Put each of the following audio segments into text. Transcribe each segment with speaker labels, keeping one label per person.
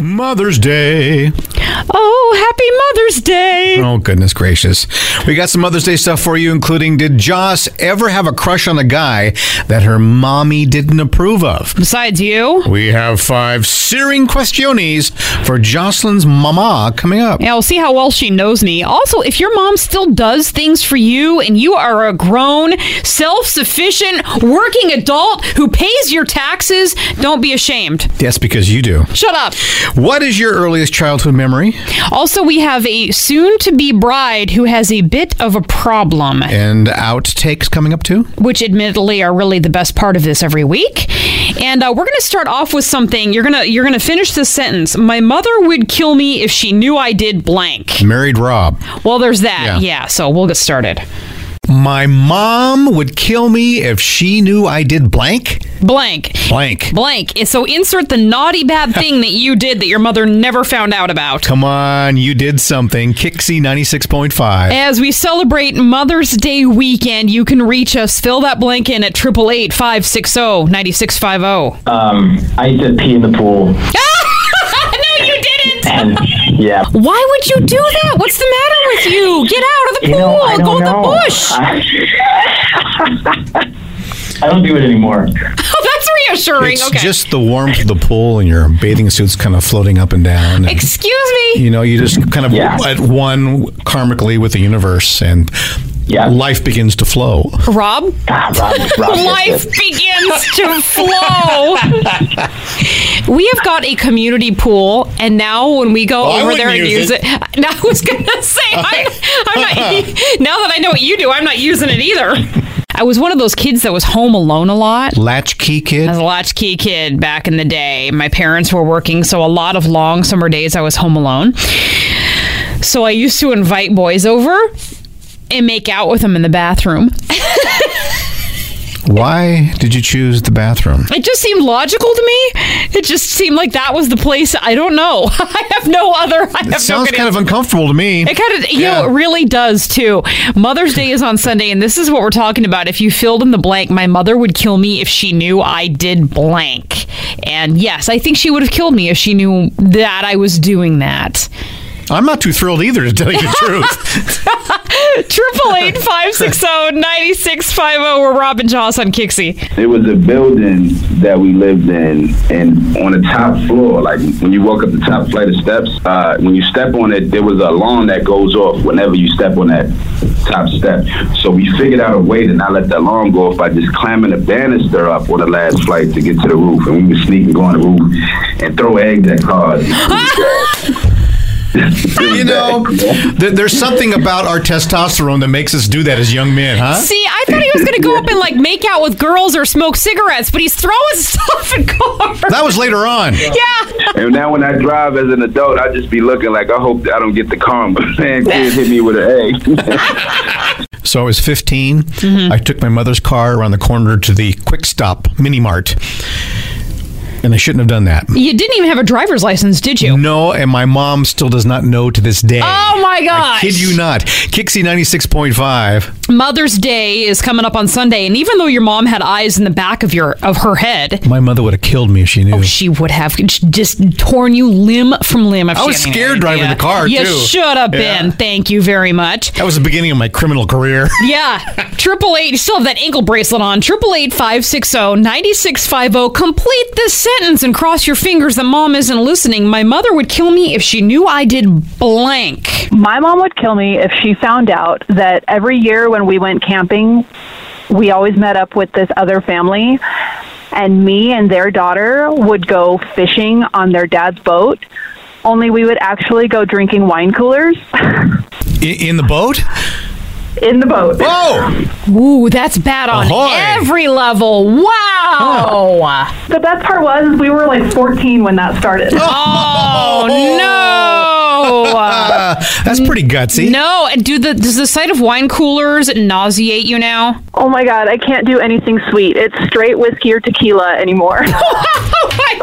Speaker 1: Mother's Day.
Speaker 2: Oh, happy Mother's Day.
Speaker 1: Oh, goodness gracious. We got some Mother's Day stuff for you, including Did Joss ever have a crush on a guy that her mommy didn't approve of?
Speaker 2: Besides you.
Speaker 1: We have five searing questiones for Jocelyn's mama coming up.
Speaker 2: Yeah, we'll see how well she knows me. Also, if your mom still does things for you and you are a grown, self sufficient, working adult who pays your taxes, don't be ashamed.
Speaker 1: That's because you do.
Speaker 2: Shut up.
Speaker 1: What is your earliest childhood memory?
Speaker 2: Also, we have a soon to be bride who has a bit of a problem,
Speaker 1: And outtakes coming up too?
Speaker 2: which admittedly are really the best part of this every week. And uh, we're going to start off with something. You're going to you're going to finish this sentence. My mother would kill me if she knew I did blank.
Speaker 1: Married Rob.
Speaker 2: Well, there's that.
Speaker 1: Yeah.
Speaker 2: yeah so we'll get started.
Speaker 1: My mom would kill me if she knew I did blank.
Speaker 2: Blank.
Speaker 1: Blank.
Speaker 2: Blank. And So insert the naughty bad thing that you did that your mother never found out about.
Speaker 1: Come on, you did something. Kixie 96.5.
Speaker 2: As we celebrate Mother's Day weekend, you can reach us. Fill that blank in at 888 560 9650.
Speaker 3: Um, I used to pee in the pool,
Speaker 2: No, you didn't!
Speaker 3: and yeah.
Speaker 2: Why would you do that? What's the matter with you? Get out of the
Speaker 3: You know, I
Speaker 2: pool.
Speaker 3: don't
Speaker 2: Go in
Speaker 3: know.
Speaker 2: the bush.
Speaker 3: I don't do it anymore.
Speaker 2: That's reassuring.
Speaker 1: It's
Speaker 2: okay.
Speaker 1: just the warmth of the pool and your bathing suit's kind of floating up and down. and,
Speaker 2: Excuse me.
Speaker 1: you know, you just kind of
Speaker 3: Yeah.
Speaker 1: at one karmically with the universe and
Speaker 3: Yeah.
Speaker 1: life begins to flow.
Speaker 2: Rob,
Speaker 3: Ah, Rob, Rob,
Speaker 2: life begins to flow. we have got a community pool, and now when we go
Speaker 1: Oh, I
Speaker 2: over there and
Speaker 1: wouldn't use
Speaker 2: use it, now I was gonna say, I'm, I'm not. Now that I know what you do, I'm not using it either. I was one of those kids that was home alone a lot.
Speaker 1: Latchkey kid.
Speaker 2: I was a latchkey kid back in the day. My parents were working, so a lot of long summer days I was home alone. So I used to invite boys over and make out with them in the bathroom.
Speaker 1: Why did you choose the bathroom?
Speaker 2: It just seemed logical to me. It just seemed like that was the place. I don't know. I have no other. I have
Speaker 1: It sounds
Speaker 2: no good
Speaker 1: kind of
Speaker 2: answer.
Speaker 1: uncomfortable to me.
Speaker 2: It kind of, you
Speaker 1: Yeah.
Speaker 2: know, it really does too. Mother's Day is on Sunday, and this is what we're talking about. If you filled in the blank, my mother would kill me if she knew I did blank. And yes, I think she would have killed me if she knew that I was doing that.
Speaker 1: I'm not too thrilled either, to tell you the truth.
Speaker 2: Triple eight five six zero ninety six five zero. We're Robin Joss on Kixie.
Speaker 4: It was a building that we lived in, and on the top floor, like when you walk up the top flight of steps, uh, when you step on it, there was a alarm that goes off whenever you step on that top step. So we figured out a way to not let the alarm go off by just climbing the banister up on the last flight to get to the roof, and we would sneak and go on the roof and throw eggs at cars.
Speaker 1: you know, th- there's something about our testosterone that makes us do that as young men, huh?
Speaker 2: See, I thought he was going to go up and like make out with girls or smoke cigarettes, but he's throwing stuff at cars.
Speaker 1: That was later on.
Speaker 2: yeah.
Speaker 4: And now when I drive as an adult, I just be looking like I hope I don't get the karma. Man, kid hit me with an egg.
Speaker 1: So I was 15.
Speaker 2: Mm-hmm.
Speaker 1: I took my mother's car around the corner to the Quick Stop Mini Mart. and I shouldn't have done that.
Speaker 2: You didn't even have a driver's license, did you?
Speaker 1: No, and my mom still does not know to this day.
Speaker 2: Oh my
Speaker 1: I
Speaker 2: gosh.
Speaker 1: kid you not. Kixie 96.5.
Speaker 2: Mother's Day is coming up on Sunday, and even though your mom had eyes in the back of your of her head, oh,
Speaker 1: My mother would have killed me if she knew.
Speaker 2: she would have just torn you limb from limb. If
Speaker 1: I
Speaker 2: she
Speaker 1: was
Speaker 2: had any
Speaker 1: scared
Speaker 2: idea.
Speaker 1: driving the car,
Speaker 2: You
Speaker 1: too.
Speaker 2: should have
Speaker 1: Yeah.
Speaker 2: been. Thank you very much.
Speaker 1: that was the beginning of my criminal career.
Speaker 2: Yeah. Triple eight. You still have that ankle bracelet on. Triple eight five six zero ninety six five zero. Complete this sentence and cross your fingers that mom isn't listening. My mother would kill me if she knew I did blank.
Speaker 5: My mom would kill me if she found out that every year when we went camping, we always met up with this other family, and me and their daughter would go fishing on their dad's boat. Only we would actually go drinking wine coolers
Speaker 1: In, in the boat?
Speaker 5: in the boat.
Speaker 1: Oh!
Speaker 2: Ooh, that's bad on
Speaker 1: Ahoy.
Speaker 2: every level. Wow.
Speaker 5: The best part was we were like 14 when that started.
Speaker 2: Oh, no.
Speaker 1: uh, That's pretty gutsy.
Speaker 2: No, do the does the sight of wine coolers nauseate you now?
Speaker 5: Oh my God, I can't do anything sweet. It's straight whiskey or tequila anymore.
Speaker 2: Oh my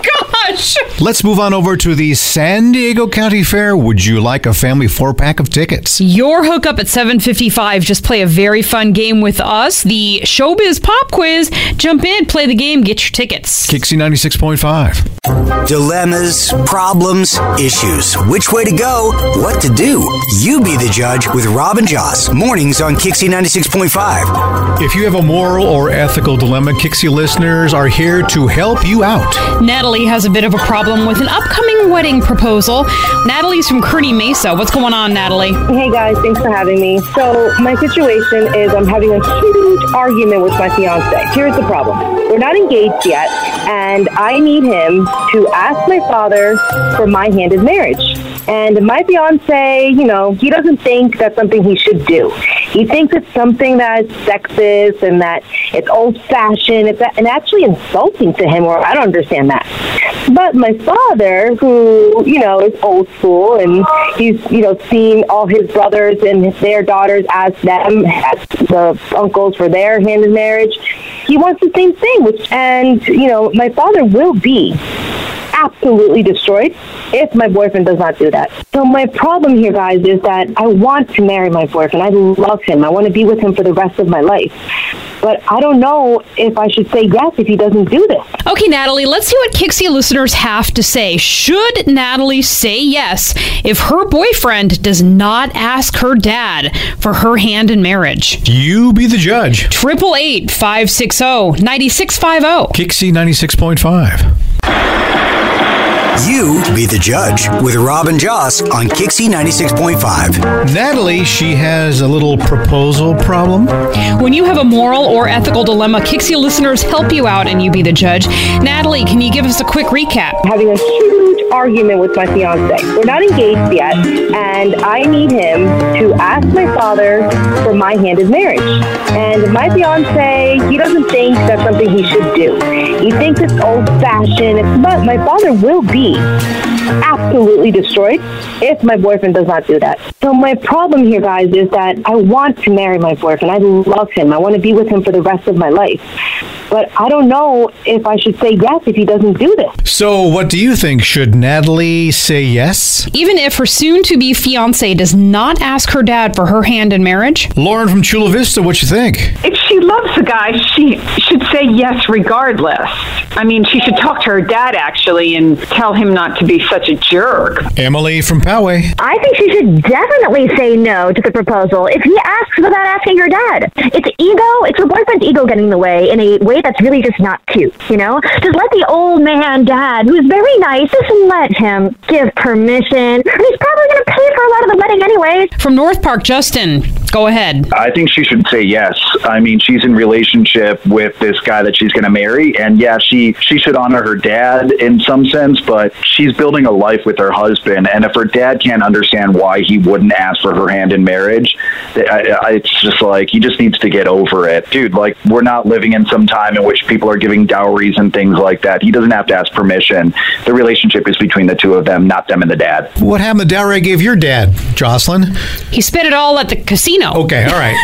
Speaker 2: gosh.
Speaker 1: Let's move on over to the San Diego County Fair. Would you like a family four pack of tickets?
Speaker 2: Your hookup at 7:55. Just play a very fun game with us, the Showbiz Pop Quiz. Jump in, play the game, get your tickets.
Speaker 1: Kixie 96.5.
Speaker 6: Dilemmas, problems, issues. Which way to go? What to do? You be the judge with Robin Joss. Mornings on Kixie 96.5.
Speaker 1: If you have a moral or ethical dilemma, Kixie listeners are here to help you out.
Speaker 2: Natalie has a bit of a problem with an upcoming wedding proposal. Natalie's from Kearney Mesa. What's going on, Natalie?
Speaker 7: Hey guys, thanks for having me. So, my situation is I'm having a huge argument with my fiance. Here's the problem we're not engaged yet, and I need him to ask my father for my hand in marriage. And my fiance, you know, he doesn't think that's something he should do. He thinks it's something that's sexist and that it's old fashioned it's and actually insulting to him, or I don't understand that. But my father, who, you know, is old school and he's, you know, seen all his brothers and their daughters as them, as the uncles for their hand in marriage, he wants the same thing. Which, and, you know, my father will be absolutely destroyed if my boyfriend does not do that. So my problem here, guys, is that I want to marry my boyfriend. I love him. I want to be with him for the rest of my life. But I don't know if I should say yes if he doesn't do this.
Speaker 2: Okay, Natalie, let's see what Kixie listeners have to say. Should Natalie say yes if her boyfriend does not ask her dad for her hand in marriage?
Speaker 1: You be the judge.
Speaker 2: Triple eight five six zero ninety six five oh. zero.
Speaker 1: Kixie 96.5.
Speaker 6: You be the judge with Robin Joss on Kixie 96.5.
Speaker 1: Natalie, she has a little proposal problem.
Speaker 2: When you have a moral or ethical dilemma, Kixie listeners help you out and you be the judge. Natalie, can you give us a quick recap?
Speaker 7: having a huge argument with my fiance. We're not engaged yet, and I need him to ask my father for my hand in marriage. And my fiance, he doesn't think that's something he should do. He thinks it's old fashioned, but my father will be absolutely destroyed if my boyfriend does not do that. So my problem here, guys, is that I want to marry my boyfriend. I love him. I want to be with him for the rest of my life. But I don't know if I should say yes if he doesn't do this.
Speaker 1: So, what do you think? Should Natalie say yes?
Speaker 2: Even if her soon to be fiance does not ask her dad for her hand in marriage,
Speaker 1: Lauren from Chula Vista, what you think?
Speaker 8: If she loves the guy, she should say yes regardless. I mean, she should talk to her dad actually and tell him not to be such a jerk.
Speaker 1: Emily from Poway.
Speaker 7: I think she should definitely say no to the proposal if he asks without asking her dad. It's ego, it's her boyfriend's ego getting in the way in a way that's really just not cute, you know? Just let the old man, dad, who's very nice, just let him give permission. He's probably going to pay for a lot of the wedding anyways.
Speaker 2: from North Park, Justin, go ahead.
Speaker 4: I think she should say yes. I mean, she's in relationship with this guy that she's going to marry, and yeah, she she should honor her dad in some sense, but she's building a life with her husband, and if her dad can't understand why he wouldn't ask for her hand in marriage, th- I, I, it's just like he just needs to get over it, dude. Like we're not living in some time in which people are giving dowries and things like that. He doesn't have to ask permission. The relationship is between the two of them, not them and the dad.
Speaker 1: What happened to dowry I gave your dad, Jocelyn?
Speaker 2: He spit it all at the casino.
Speaker 1: Okay, all right.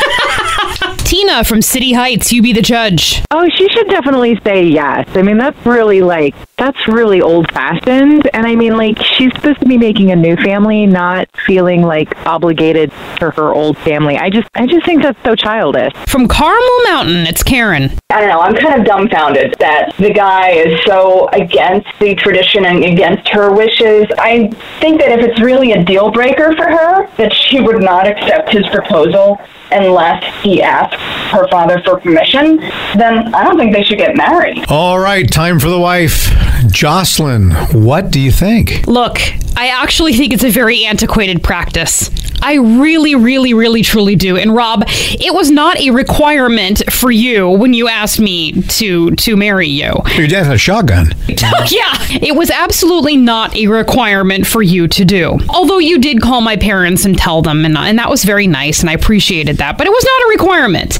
Speaker 2: Tina from City Heights. You be the judge.
Speaker 9: Oh, she should definitely say yes. I mean, that's really like that's really old fashioned. And I mean, like she's supposed to be making a new family, not feeling like obligated to her old family. I just I just think that's so childish.
Speaker 2: From Carmel Mountain, it's Karen.
Speaker 10: I don't know. I'm kind of dumbfounded that the guy is so against the tradition and against her wishes. I think that if it's really a deal breaker for her, that she would not accept his proposal unless he asked her father for permission, then I don't think they should get married.
Speaker 1: All right, time for the wife. Jocelyn, what do you think?
Speaker 2: Look, I actually think it's a very antiquated practice. I really, really, really, truly do. And Rob, it was not a requirement for you when you asked me to to marry you.
Speaker 1: Your dad had a shotgun.
Speaker 2: yeah, it was absolutely not a requirement for you to do. Although you did call my parents and tell them, and, and that was very nice, and I appreciated that, but it was not a requirement.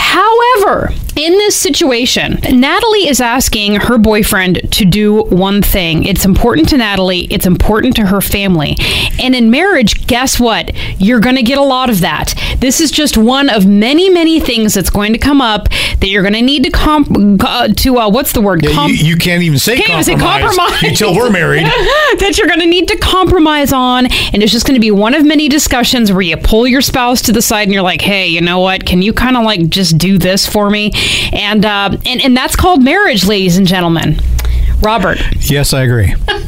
Speaker 2: However, in this situation, Natalie is asking her boyfriend to do one thing. It's important to Natalie, it's important to her family. And in marriage, guess what? You're going to get a lot of that. This is just one of many, many things that's going to come up that you're going to need to comp uh, to uh, what's the word? Comp-
Speaker 1: You, you can't even say
Speaker 2: Can't even say
Speaker 1: compromise
Speaker 2: compromise.
Speaker 1: until we're married.
Speaker 2: that you're going to need to compromise on. And it's just going to be one of many discussions where you pull your spouse to the side and you're like, hey, you know what? Can you kind of like just do this for me? And, uh, and, and that's called marriage, ladies and gentlemen. Robert,
Speaker 1: Yes, I agree.
Speaker 2: answered like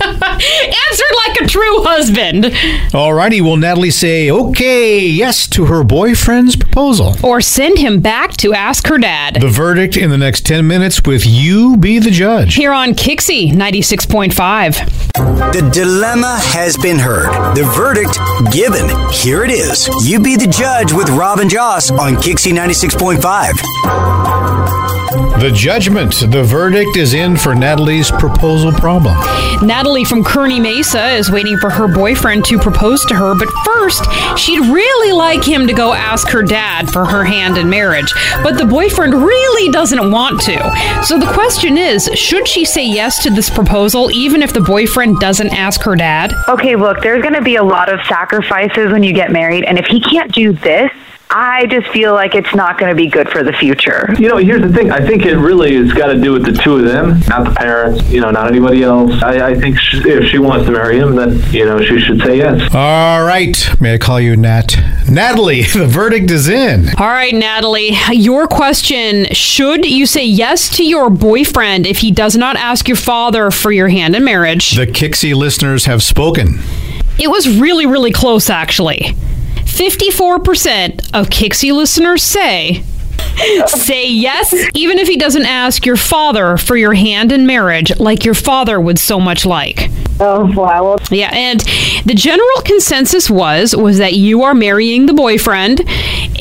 Speaker 2: a true husband.
Speaker 1: All righty, will Natalie say okay, yes to her boyfriend's proposal?
Speaker 2: Or send him back to ask her dad.
Speaker 1: The verdict in the next 10 minutes with you be the judge.
Speaker 2: Here on Kixie 96.5.
Speaker 6: The dilemma has been heard. The verdict given. Here it is. You be the judge with Rob and Joss on Kixie 96.5.
Speaker 1: The judgment, the verdict is in for Natalie's proposal problem.
Speaker 2: Natalie from Kearney Mesa is waiting for her boyfriend to propose to her, but first, she'd really like him to go ask her dad for her hand in marriage. But the boyfriend really doesn't want to. So the question is should she say yes to this proposal even if the boyfriend doesn't ask her dad?
Speaker 9: Okay, look, there's going to be a lot of sacrifices when you get married, and if he can't do this, I just feel like it's not going to be good for the future.
Speaker 3: You know, here's the thing. I think it really has got to do with the two of them, not the parents. You know, not anybody else. I, I think she, if she wants to marry him, then you know she should say yes.
Speaker 1: All right, may I call you Nat? Natalie, the verdict is in.
Speaker 2: All right, Natalie, your question should you say yes to your boyfriend if he does not ask your father for your hand in marriage?
Speaker 1: The Kixie listeners have spoken.
Speaker 2: It was really, really close, actually. 54% of Kixie listeners say, say yes, even if he doesn't ask your father for your hand in marriage like your father would so much like.
Speaker 7: Oh, wow.
Speaker 2: Yeah, and the general consensus was was that you are marrying the boyfriend,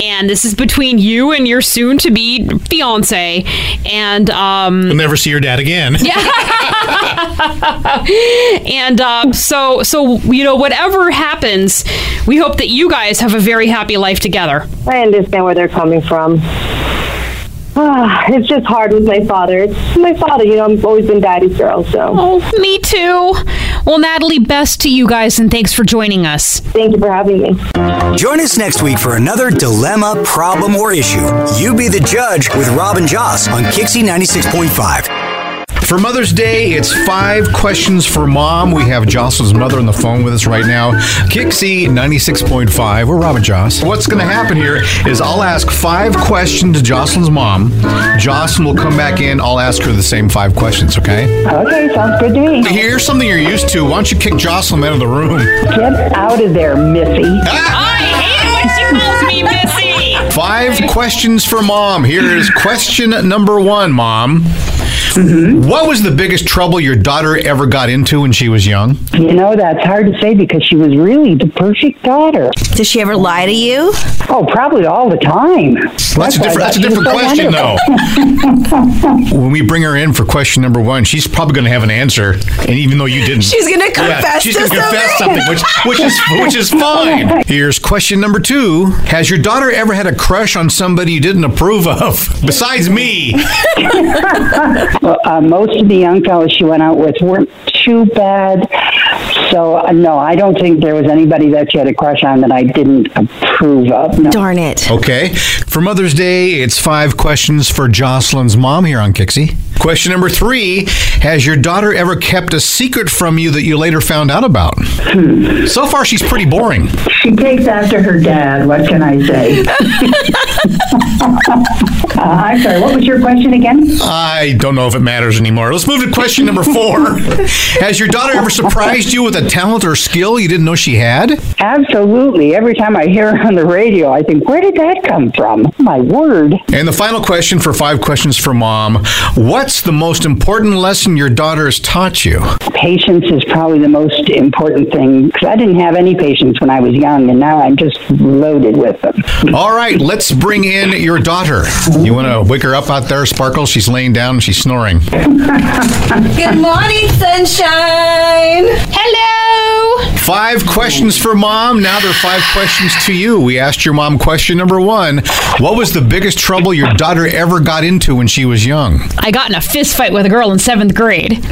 Speaker 2: and this is between you and your soon-to-be fiance, and um,
Speaker 1: You'll never see your dad again.
Speaker 2: yeah. and um, so, so you know, whatever happens, we hope that you guys have a very happy life together.
Speaker 7: I understand where they're coming from. Ah, it's just hard with my father. It's my father, you know, I've always been daddy's girl, so.
Speaker 2: Oh, me too. Well, Natalie, best to you guys, and thanks for joining us.
Speaker 7: Thank you for having me.
Speaker 6: Join us next week for another dilemma, problem, or issue. You be the judge with Rob and Joss on Kixie 96.5.
Speaker 1: For Mother's Day, it's five questions for mom. We have Jocelyn's mother on the phone with us right now. Kixie 96.5. We're Robin Joss. What's going to happen here is I'll ask five questions to Jocelyn's mom. Jocelyn will come back in. I'll ask her the same five questions, okay?
Speaker 7: Okay, sounds good to me.
Speaker 1: Here's something you're used to. Why don't you kick Jocelyn out of the room?
Speaker 7: Get out of there, Missy.
Speaker 2: I hate when she calls me Missy.
Speaker 1: Five questions for mom. Here is question number one, mom. What was the biggest trouble your daughter ever got into when she was young?
Speaker 7: You know, that's hard to say because she was really the perfect daughter.
Speaker 11: Does she ever lie to you?
Speaker 7: Oh, probably all the time.
Speaker 1: That's a
Speaker 7: why I
Speaker 1: different,
Speaker 7: thought
Speaker 1: that's a
Speaker 7: she was
Speaker 1: different question,
Speaker 7: so wonderful.
Speaker 1: though. when we bring her in for question number one, she's probably going to have an answer, and even though you didn't,
Speaker 11: She's gonna confess
Speaker 1: she's going
Speaker 11: to
Speaker 1: to confess something, which which is which is fine. Here's question number two: Has your daughter ever had a crush on somebody you didn't approve of, besides me?
Speaker 7: Well, uh, most of the young fellas she went out with weren't too bad. So
Speaker 12: So uh, no, I don't think there was anybody that she had a crush on that I didn't approve of. No.
Speaker 11: Darn it.
Speaker 1: Okay. For Mother's Day, it's five questions for Jocelyn's mom here on Kixie. Question number three Has your daughter ever kept a secret from you that you later found out about? So far, she's pretty boring.
Speaker 13: She takes after her dad. What can I say? uh, I'm sorry. What was your question again?
Speaker 1: I don't know if it matters anymore. Let's move to question number four. Has your daughter ever surprised you with a talent or skill you didn't know she had?
Speaker 12: Absolutely. Every time I hear her on the radio, I think, where did that come from? My word.
Speaker 1: And the final question for five questions for mom What's the most important lesson your daughter has taught you?
Speaker 12: Patience is probably the most important thing because I didn't have any patience when I was young, and now I'm just loaded with them.
Speaker 1: All right, let's bring in your daughter. You want to wake her up out there, Sparkle? She's laying down and she's snoring.
Speaker 11: Good morning, sunshine. Hello.
Speaker 1: Five questions for mom. Now there are five questions to you. We asked your mom question number one What was the biggest trouble your daughter ever got into when she was young?
Speaker 2: I got in a fist fight with a girl in seventh grade.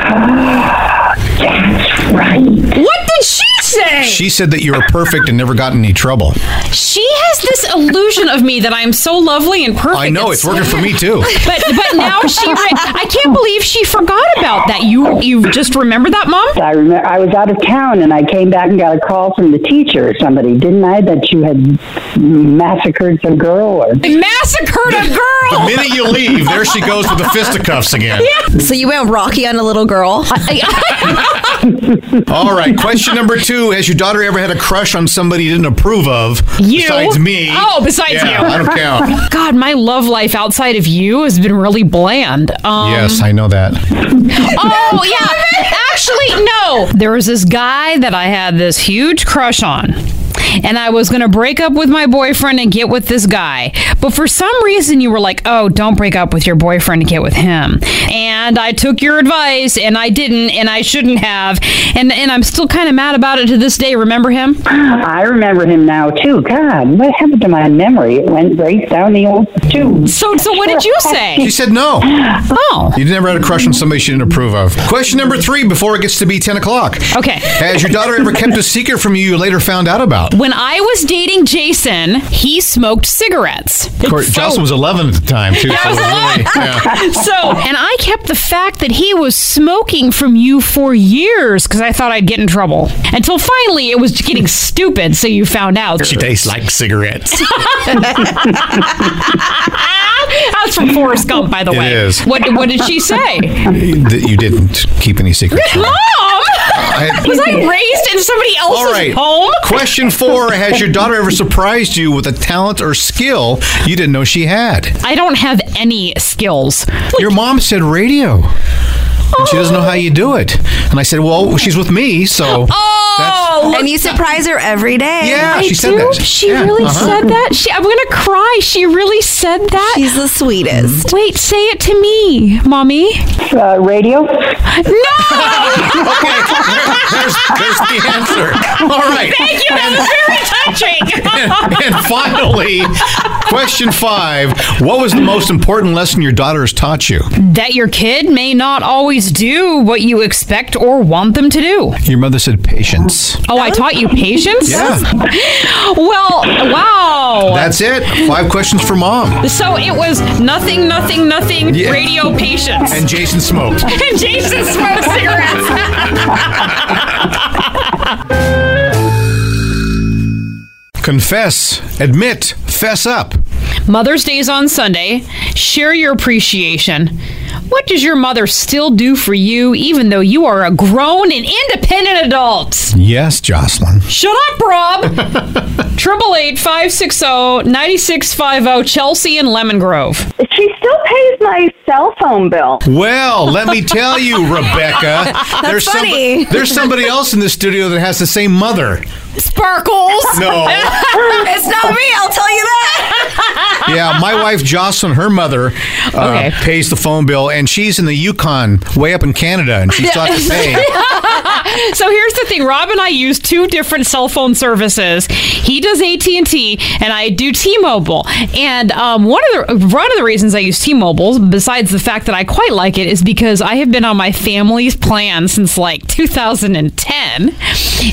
Speaker 13: Right.
Speaker 2: What did she say?
Speaker 1: She said that you were perfect and never got in any trouble.
Speaker 2: She has this illusion of me that I'm so lovely and perfect.
Speaker 1: I know, it's working for me, too.
Speaker 2: But but now she, re- I can't believe she forgot about that. You you just remember that, mom?
Speaker 12: I remember I was out of town, and I came back and got a call from the teacher or somebody, didn't I, that you had massacred some girl or
Speaker 2: I massacred a girl.
Speaker 1: The minute you leave, there she goes with the fisticuffs again.
Speaker 11: So you went Rocky on a little girl.
Speaker 1: All right, question number two Has your daughter ever had a crush on somebody you didn't approve of?
Speaker 2: You
Speaker 1: Besides me.
Speaker 2: Oh, besides
Speaker 1: Yeah,
Speaker 2: you.
Speaker 1: I don't count.
Speaker 2: God, my love life outside of you has been really bland. Um,
Speaker 1: Yes, I know that.
Speaker 2: Oh yeah. Actually, no. There was this guy that I had this huge crush on. And I was gonna break up with my boyfriend and get with this guy. But for some reason you were like, oh, don't break up with your boyfriend and get with him. And I took your advice and I didn't and I shouldn't have. And and I'm still kinda mad about it to this day. Remember him?
Speaker 12: I remember him now too. God, what happened to my memory? It went right down the old tube.
Speaker 2: So so what did you say?
Speaker 1: She said no.
Speaker 2: Oh.
Speaker 1: You never had a crush on somebody she didn't approve of. Question number three before it gets to be 10 o'clock.
Speaker 2: Okay.
Speaker 1: Has your daughter ever kept a secret from you you later found out about?
Speaker 2: When I was dating Jason, he smoked cigarettes.
Speaker 1: Of course, Jocelyn was 11 at the time, too. so it was really- yeah.
Speaker 2: so, and I kept the fact that he was smoking from you for years because I thought I'd get in trouble. Until finally, it was getting stupid, so you found out.
Speaker 1: She tastes like cigarettes.
Speaker 2: Ah, That's from Forrest Gump, by the
Speaker 1: It
Speaker 2: way.
Speaker 1: is.
Speaker 2: What, what did she say?
Speaker 1: that you didn't keep any secrets.
Speaker 2: Mom!
Speaker 1: I-
Speaker 2: was I raised in somebody else's
Speaker 1: All right.
Speaker 2: home?
Speaker 1: Question four Has your daughter ever surprised you with a talent or skill you didn't know she had?
Speaker 2: I don't have any skills.
Speaker 1: Your mom said radio. And she doesn't know how you do it. And I said, Well, she's with me, so.
Speaker 11: oh, and you surprise her every day.
Speaker 1: Yeah,
Speaker 2: I
Speaker 1: she said
Speaker 2: do?
Speaker 1: that.
Speaker 2: She
Speaker 1: Yeah,
Speaker 2: really
Speaker 1: uh-huh.
Speaker 2: said that? She, I'm going to cry. She really said that?
Speaker 11: She's the sweetest.
Speaker 2: Wait, say it to me, mommy.
Speaker 12: Uh, radio.
Speaker 2: No!
Speaker 1: Okay, there- there's, there's the answer. All right.
Speaker 2: Thank you. That was very touching.
Speaker 1: And, and finally, question five What was the most important lesson your daughter has taught you?
Speaker 2: that your kid may not always do what you expect or want them to do.
Speaker 1: Your mother said patience.
Speaker 2: Oh, I taught you patience?
Speaker 1: Yeah.
Speaker 2: Well, wow.
Speaker 1: That's it. Five questions for mom.
Speaker 2: so it was nothing, nothing, nothing,
Speaker 1: Yeah.
Speaker 2: radio patience.
Speaker 1: And Jason smoked.
Speaker 2: And Jason smoked cigarettes.
Speaker 1: Confess, admit, fess up.
Speaker 2: Mother's Day is on Sunday. Share your appreciation. What does your mother still do for you, even though you are a grown and independent adult?
Speaker 1: Yes, Jocelyn.
Speaker 2: Shut up, Rob! Triple eight five six zero ninety six five zero Chelsea and Lemon Grove.
Speaker 14: She still pays my cell phone bill.
Speaker 1: Well, let me tell you, Rebecca.
Speaker 14: That's
Speaker 1: there's somebo-
Speaker 14: funny.
Speaker 1: there's somebody else in the studio that has the same mother.
Speaker 11: Sparkles.
Speaker 1: No.
Speaker 11: it's not me. I'll tell you that.
Speaker 1: yeah, my wife Jocelyn, her mother,
Speaker 11: Okay.
Speaker 1: uh, pays the phone bill, and she's in the Yukon, way up in Canada, and she's got to pay.
Speaker 2: so here's the thing: Rob and I use two different cell phone services. He does AT and T, and I do T-Mobile. And um, one of the one of the reasons I use T-Mobile, besides the fact that I quite like it, is because I have been on my family's plan since like 2010,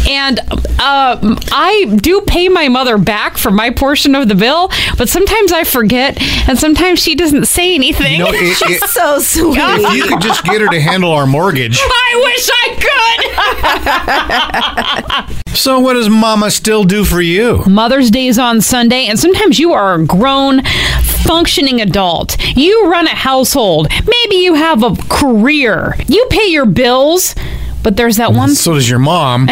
Speaker 2: and um, I do pay my mother back for my portion of the bill. But sometimes I forget, and sometimes she doesn't say anything.
Speaker 1: You know, it- it- If you could just get her to handle our mortgage.
Speaker 2: I wish
Speaker 11: I
Speaker 2: could.
Speaker 1: So, what does Mama still do for you?
Speaker 2: Mother's Day is on Sunday, and sometimes you are a grown, functioning adult. You run a household. Maybe you have a career. You pay your bills, but there's that one.
Speaker 1: So does your mom.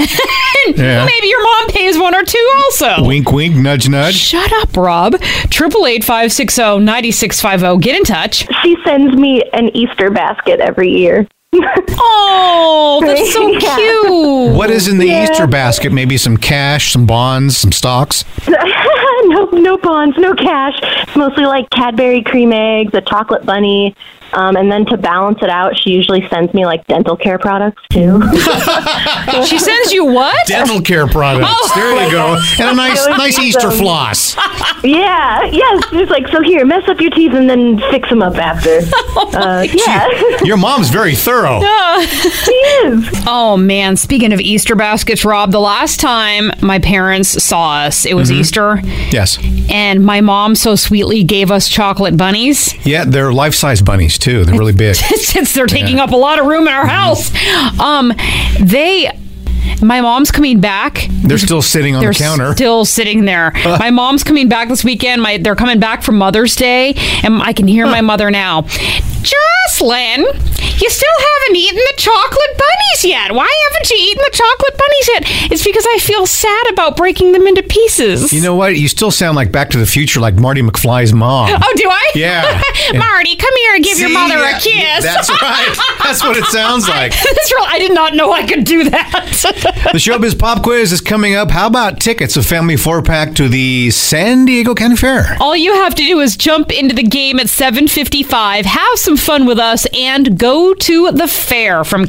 Speaker 1: Yeah.
Speaker 2: Maybe your mom pays one or two also.
Speaker 1: Wink, wink, nudge, nudge.
Speaker 2: Shut up, Rob. 888 560 9650. oh. Get in touch.
Speaker 14: She sends me an Easter basket every year.
Speaker 2: oh, that's so cute.
Speaker 1: What is in the Easter basket? Maybe some cash, some bonds, some stocks.
Speaker 14: no, no bonds, no cash. It's mostly like Cadbury cream eggs, a chocolate bunny, um, and then to balance it out, she usually sends me like dental care products too.
Speaker 2: she sends you what?
Speaker 1: Dental care products.
Speaker 14: Oh.
Speaker 1: There you go. And a nice,
Speaker 14: That would
Speaker 1: nice
Speaker 14: be
Speaker 1: Easter
Speaker 14: awesome.
Speaker 1: floss.
Speaker 14: yeah, yes. It's like so. Here, mess up your teeth and then fix them up after.
Speaker 15: Oh
Speaker 14: uh, yeah.
Speaker 1: Your mom's very thorough.
Speaker 2: Oh man, speaking of Easter baskets, Rob, the last time my parents saw us, it was
Speaker 1: Mhm.
Speaker 2: Easter.
Speaker 1: Yes.
Speaker 2: And my mom so sweetly gave us chocolate bunnies
Speaker 1: Yeah, they're life-size bunnies too. They're really big.
Speaker 2: since they're taking up a lot of room in
Speaker 1: Mm-hmm.
Speaker 2: our house. Um they my mom's coming back.
Speaker 1: They're still sitting on
Speaker 2: they're
Speaker 1: the counter.
Speaker 2: still sitting there. my mom's coming back this weekend. My they're coming back for Mother's Day, and I can hear my mother now. Jocelyn, you still haven't eaten the chocolate bunnies yet. Why haven't you eaten the chocolate bunnies yet? It's because I feel sad about breaking them into pieces.
Speaker 1: you know what? You still sound like Back to the Future, like Marty McFly's mom.
Speaker 2: Oh, do I?
Speaker 1: Yeah.
Speaker 2: Marty, come here and give your
Speaker 1: See?
Speaker 2: mother
Speaker 1: Yeah,
Speaker 2: a kiss.
Speaker 1: that's right. That's what it sounds like.
Speaker 2: That's real. I did not know I could do that.
Speaker 1: The Showbiz Pop Quiz is coming up. How about tickets, a family four-pack to the San Diego County Fair?
Speaker 2: All you have to do is jump into the game at 7:55, have some fun with us, and go to the fair from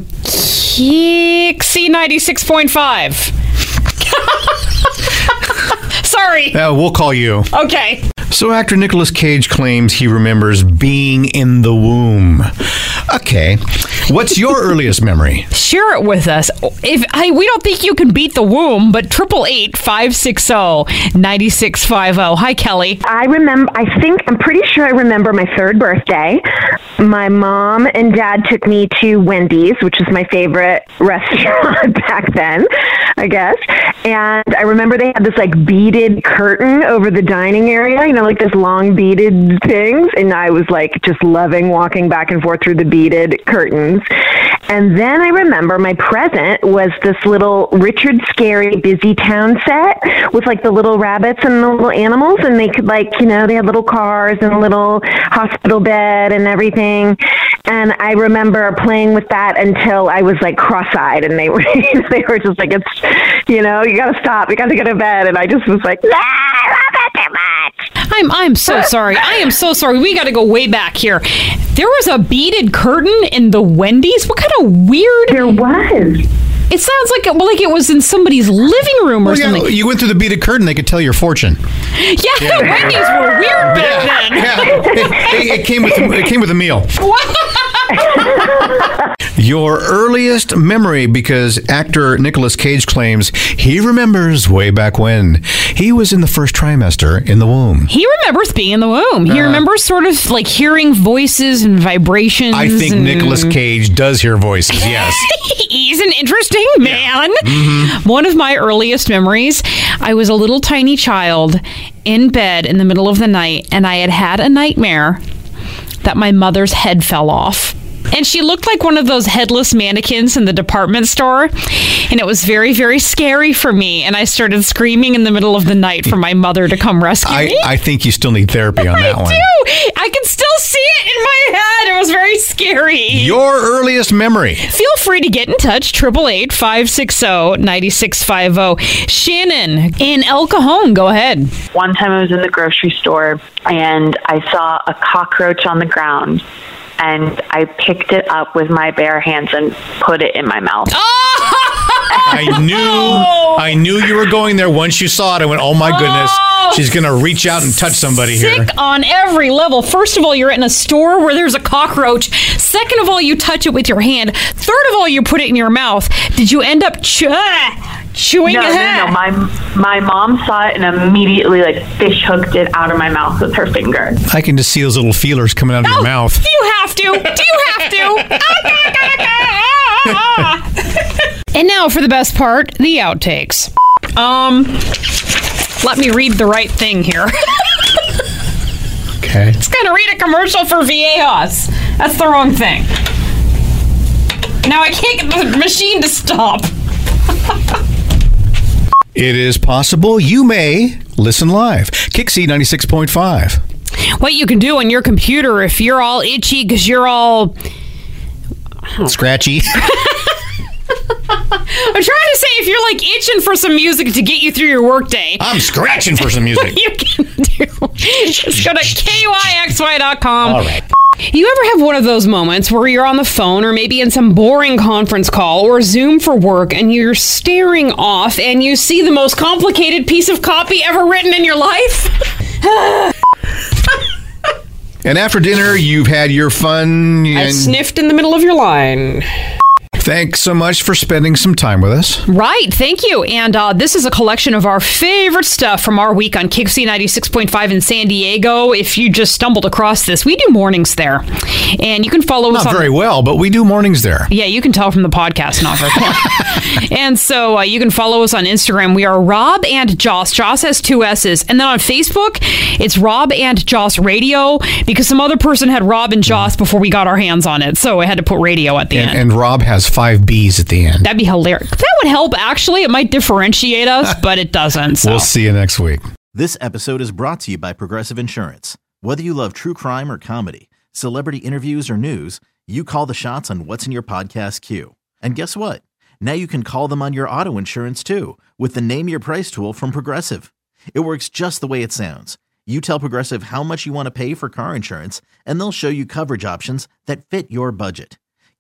Speaker 2: Kixie 96.5. Sorry.
Speaker 1: Uh, we'll call you.
Speaker 2: Okay.
Speaker 1: So, actor Nicolas Cage claims he remembers being in the womb. Okay. What's your earliest memory?
Speaker 2: Share it with us. If I, we don't think you can beat the womb, but triple eight five six zero ninety six five zero. Hi, Kelly.
Speaker 15: I remember, I think, I'm pretty sure I remember my third birthday. My mom and dad took me to Wendy's, which was my favorite restaurant back then, I guess. And I remember they had this like beaded curtain over the dining area, you know, like this long beaded things. And I was like just loving walking back and forth through the beaded curtains. And then I remember my present was this little Richard Scary Busy Town set with like the little rabbits and the little animals, and they could like you know they had little cars and a little hospital bed and everything. And I remember playing with that until I was like cross-eyed, and they were they were just like it's you know you gotta stop, you gotta go to bed, and I just was like "Ah,
Speaker 2: I'm I'm so sorry. I am so sorry. We got to go way back here. There was a beaded curtain in the Wendy's. What kind of weird? There
Speaker 15: was.
Speaker 2: It sounds like it, well, like it was in somebody's living room or
Speaker 1: Well, yeah,
Speaker 2: something.
Speaker 1: you went through the beaded curtain, they could tell your fortune.
Speaker 2: Yeah,
Speaker 1: Yeah.
Speaker 2: Wendy's were weird back then.
Speaker 1: It, it came with it came with a meal. Your earliest memory, because actor Nicolas Cage claims he remembers way back when he was in the first trimester in the womb.
Speaker 2: He remembers being in the womb. He
Speaker 1: Uh.
Speaker 2: remembers sort of like hearing voices and vibrations.
Speaker 1: I think
Speaker 2: and-
Speaker 1: Nicolas Cage does hear voices. Mm-hmm. Yes.
Speaker 2: He's an interesting man.
Speaker 1: Mm-hmm.
Speaker 2: One of my earliest memories, I was a little tiny child in bed in the middle of the night, and I had had a nightmare that my mother's head fell off. And she looked like one of those headless mannequins in the department store. And it was very, very scary for me. And I started screaming in the middle of the night for my mother to come rescue
Speaker 1: I,
Speaker 2: me.
Speaker 1: I think you still need therapy on that
Speaker 2: I
Speaker 1: one.
Speaker 2: do. I can still see it in my head. It was very scary.
Speaker 1: Your earliest memory.
Speaker 2: Feel free to get in touch, 888-560-9650. oh. Shannon in El Cajon, go ahead.
Speaker 16: One time I was in the grocery store and I saw a cockroach on the ground and I picked it up with my bare hands and put it in my mouth.
Speaker 1: I knew I knew you were going there once you saw it. I went, "Oh my goodness, she's going to reach out and touch somebody here."
Speaker 2: Sick on every level. First of all, you're in a store where there's a cockroach. Second of all, you touch it with your hand. Third of all, you put it in your mouth. Did you end up chew- chewing
Speaker 16: no,
Speaker 2: it?
Speaker 16: no, no. My my mom saw it and immediately like fish hooked it out of my mouth with her finger.
Speaker 1: I can just see those little feelers coming out of your mouth.
Speaker 2: Do you have to? Do you have to? and now for the best part, the outtakes. Um, let me read the right thing here.
Speaker 1: Okay.
Speaker 2: It's gonna read a commercial for Viejas. That's the wrong thing. Now I can't get the machine to stop.
Speaker 1: It is possible you may listen live. Kixie 96.5.
Speaker 2: What you can do on your computer if you're all itchy because you're all
Speaker 1: Scratchy.
Speaker 2: I'm trying to say if you're like itching for some music to get you through your workday.
Speaker 1: I'm scratching for some music.
Speaker 2: you can do. Just go to kyxy.com.
Speaker 1: All right.
Speaker 2: You ever have one of those moments where you're on the phone or maybe in some boring conference call or Zoom for work and you're staring off and you see the most complicated piece of copy ever written in your life?
Speaker 1: And after dinner, you've had your fun. And
Speaker 2: I sniffed in the middle of your line.
Speaker 1: Thanks so much for spending some time with us.
Speaker 2: Right, thank you. And uh, this is a collection of our favorite stuff from our week on Kixie 96.5 in San Diego. If you just stumbled across this, we do mornings there. And you can follow us
Speaker 1: Not
Speaker 2: on.
Speaker 1: very well, but we do mornings there.
Speaker 2: Yeah, you can tell from the podcast, not very well. and so uh, you can follow us on Instagram. We are Rob and Joss. Joss has two S's. And then on Facebook, it's Rob and Joss Radio because some other person had Rob and Joss before we got our hands on it. So I had to put radio at the end.
Speaker 1: And, and Rob has five B's at the end.
Speaker 2: That'd be hilarious. That would help, actually. It might differentiate us, but it doesn't. So.
Speaker 1: We'll see you next week.
Speaker 17: This episode is brought to you by Progressive Insurance. Whether you love true crime or comedy, celebrity interviews or news, you call the shots on what's in your podcast queue. And guess what? Now you can call them on your auto insurance too with the Name Your Price tool from Progressive. It works just the way it sounds. You tell Progressive how much you want to pay for car insurance, and they'll show you coverage options that fit your budget.